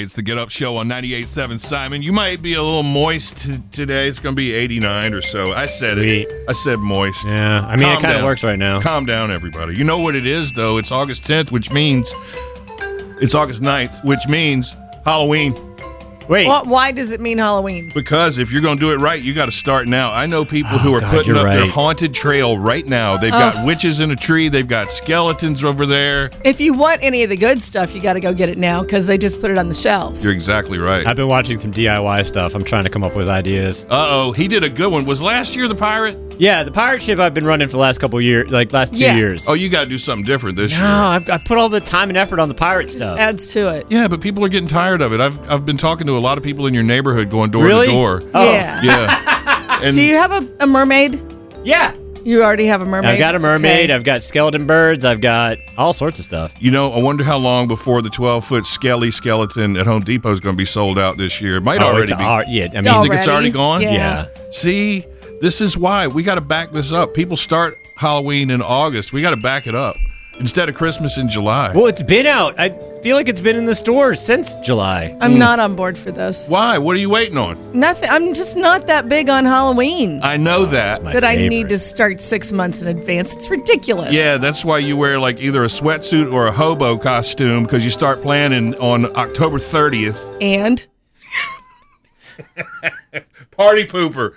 It's the Get Up Show on 98.7 Simon. You might be a little moist t- today. It's going to be 89 or so. I said Sweet. it. I said moist. Yeah, I Calm mean, it kind down. of works right now. Calm down, everybody. You know what it is, though. It's August 10th, which means it's August 9th, which means Halloween. Wait, Why- why does it mean Halloween? Because if you're going to do it right, you got to start now. I know people who are Oh, God, putting you're up their right. haunted trail right now. They've got witches in a tree, they've got skeletons over there. If you want any of the good stuff, you got to go get it now because they just put it on the shelves. You're exactly right. Uh I've been watching some DIY stuff. I'm trying to come up with ideas. oh, he did a good one. Was last year the pirate? Yeah, the pirate ship I've been running for the last couple years, like last two Yeah. years. Oh, you got to do something different this no, year. I've, I put all the time and effort on the pirate stuff. Adds to it. Yeah, but people are getting tired of it. I've I've been talking to a lot of people in your neighborhood going door really? to door. Oh, Yeah. Yeah. And Do you have a, a mermaid? yeah. You already have a mermaid. I've got a mermaid. Okay. I've got skeleton birds. I've got all sorts of stuff. you know, I wonder how long before the 12 foot skelly skeleton at Home Depot is going to be sold out this year. It might Oh, already it's be. ar- yeah, I mean, You Oh, think it's already Already? gone? Yeah. yeah. See, this is why we got to back this up. People start Halloween in August. We got to back it up instead of Christmas in July. Well, it's been out. I feel like it's been in the stores since July. I'm not on board for this. Why? What are you waiting on? Nothing. I'm just not that big on Halloween I know that. Oh, It's my that I favorite. need to start six months in advance. It's ridiculous. Yeah, that's why you wear like either a sweatsuit or a hobo costume because you start planning on October 30th. And Party pooper.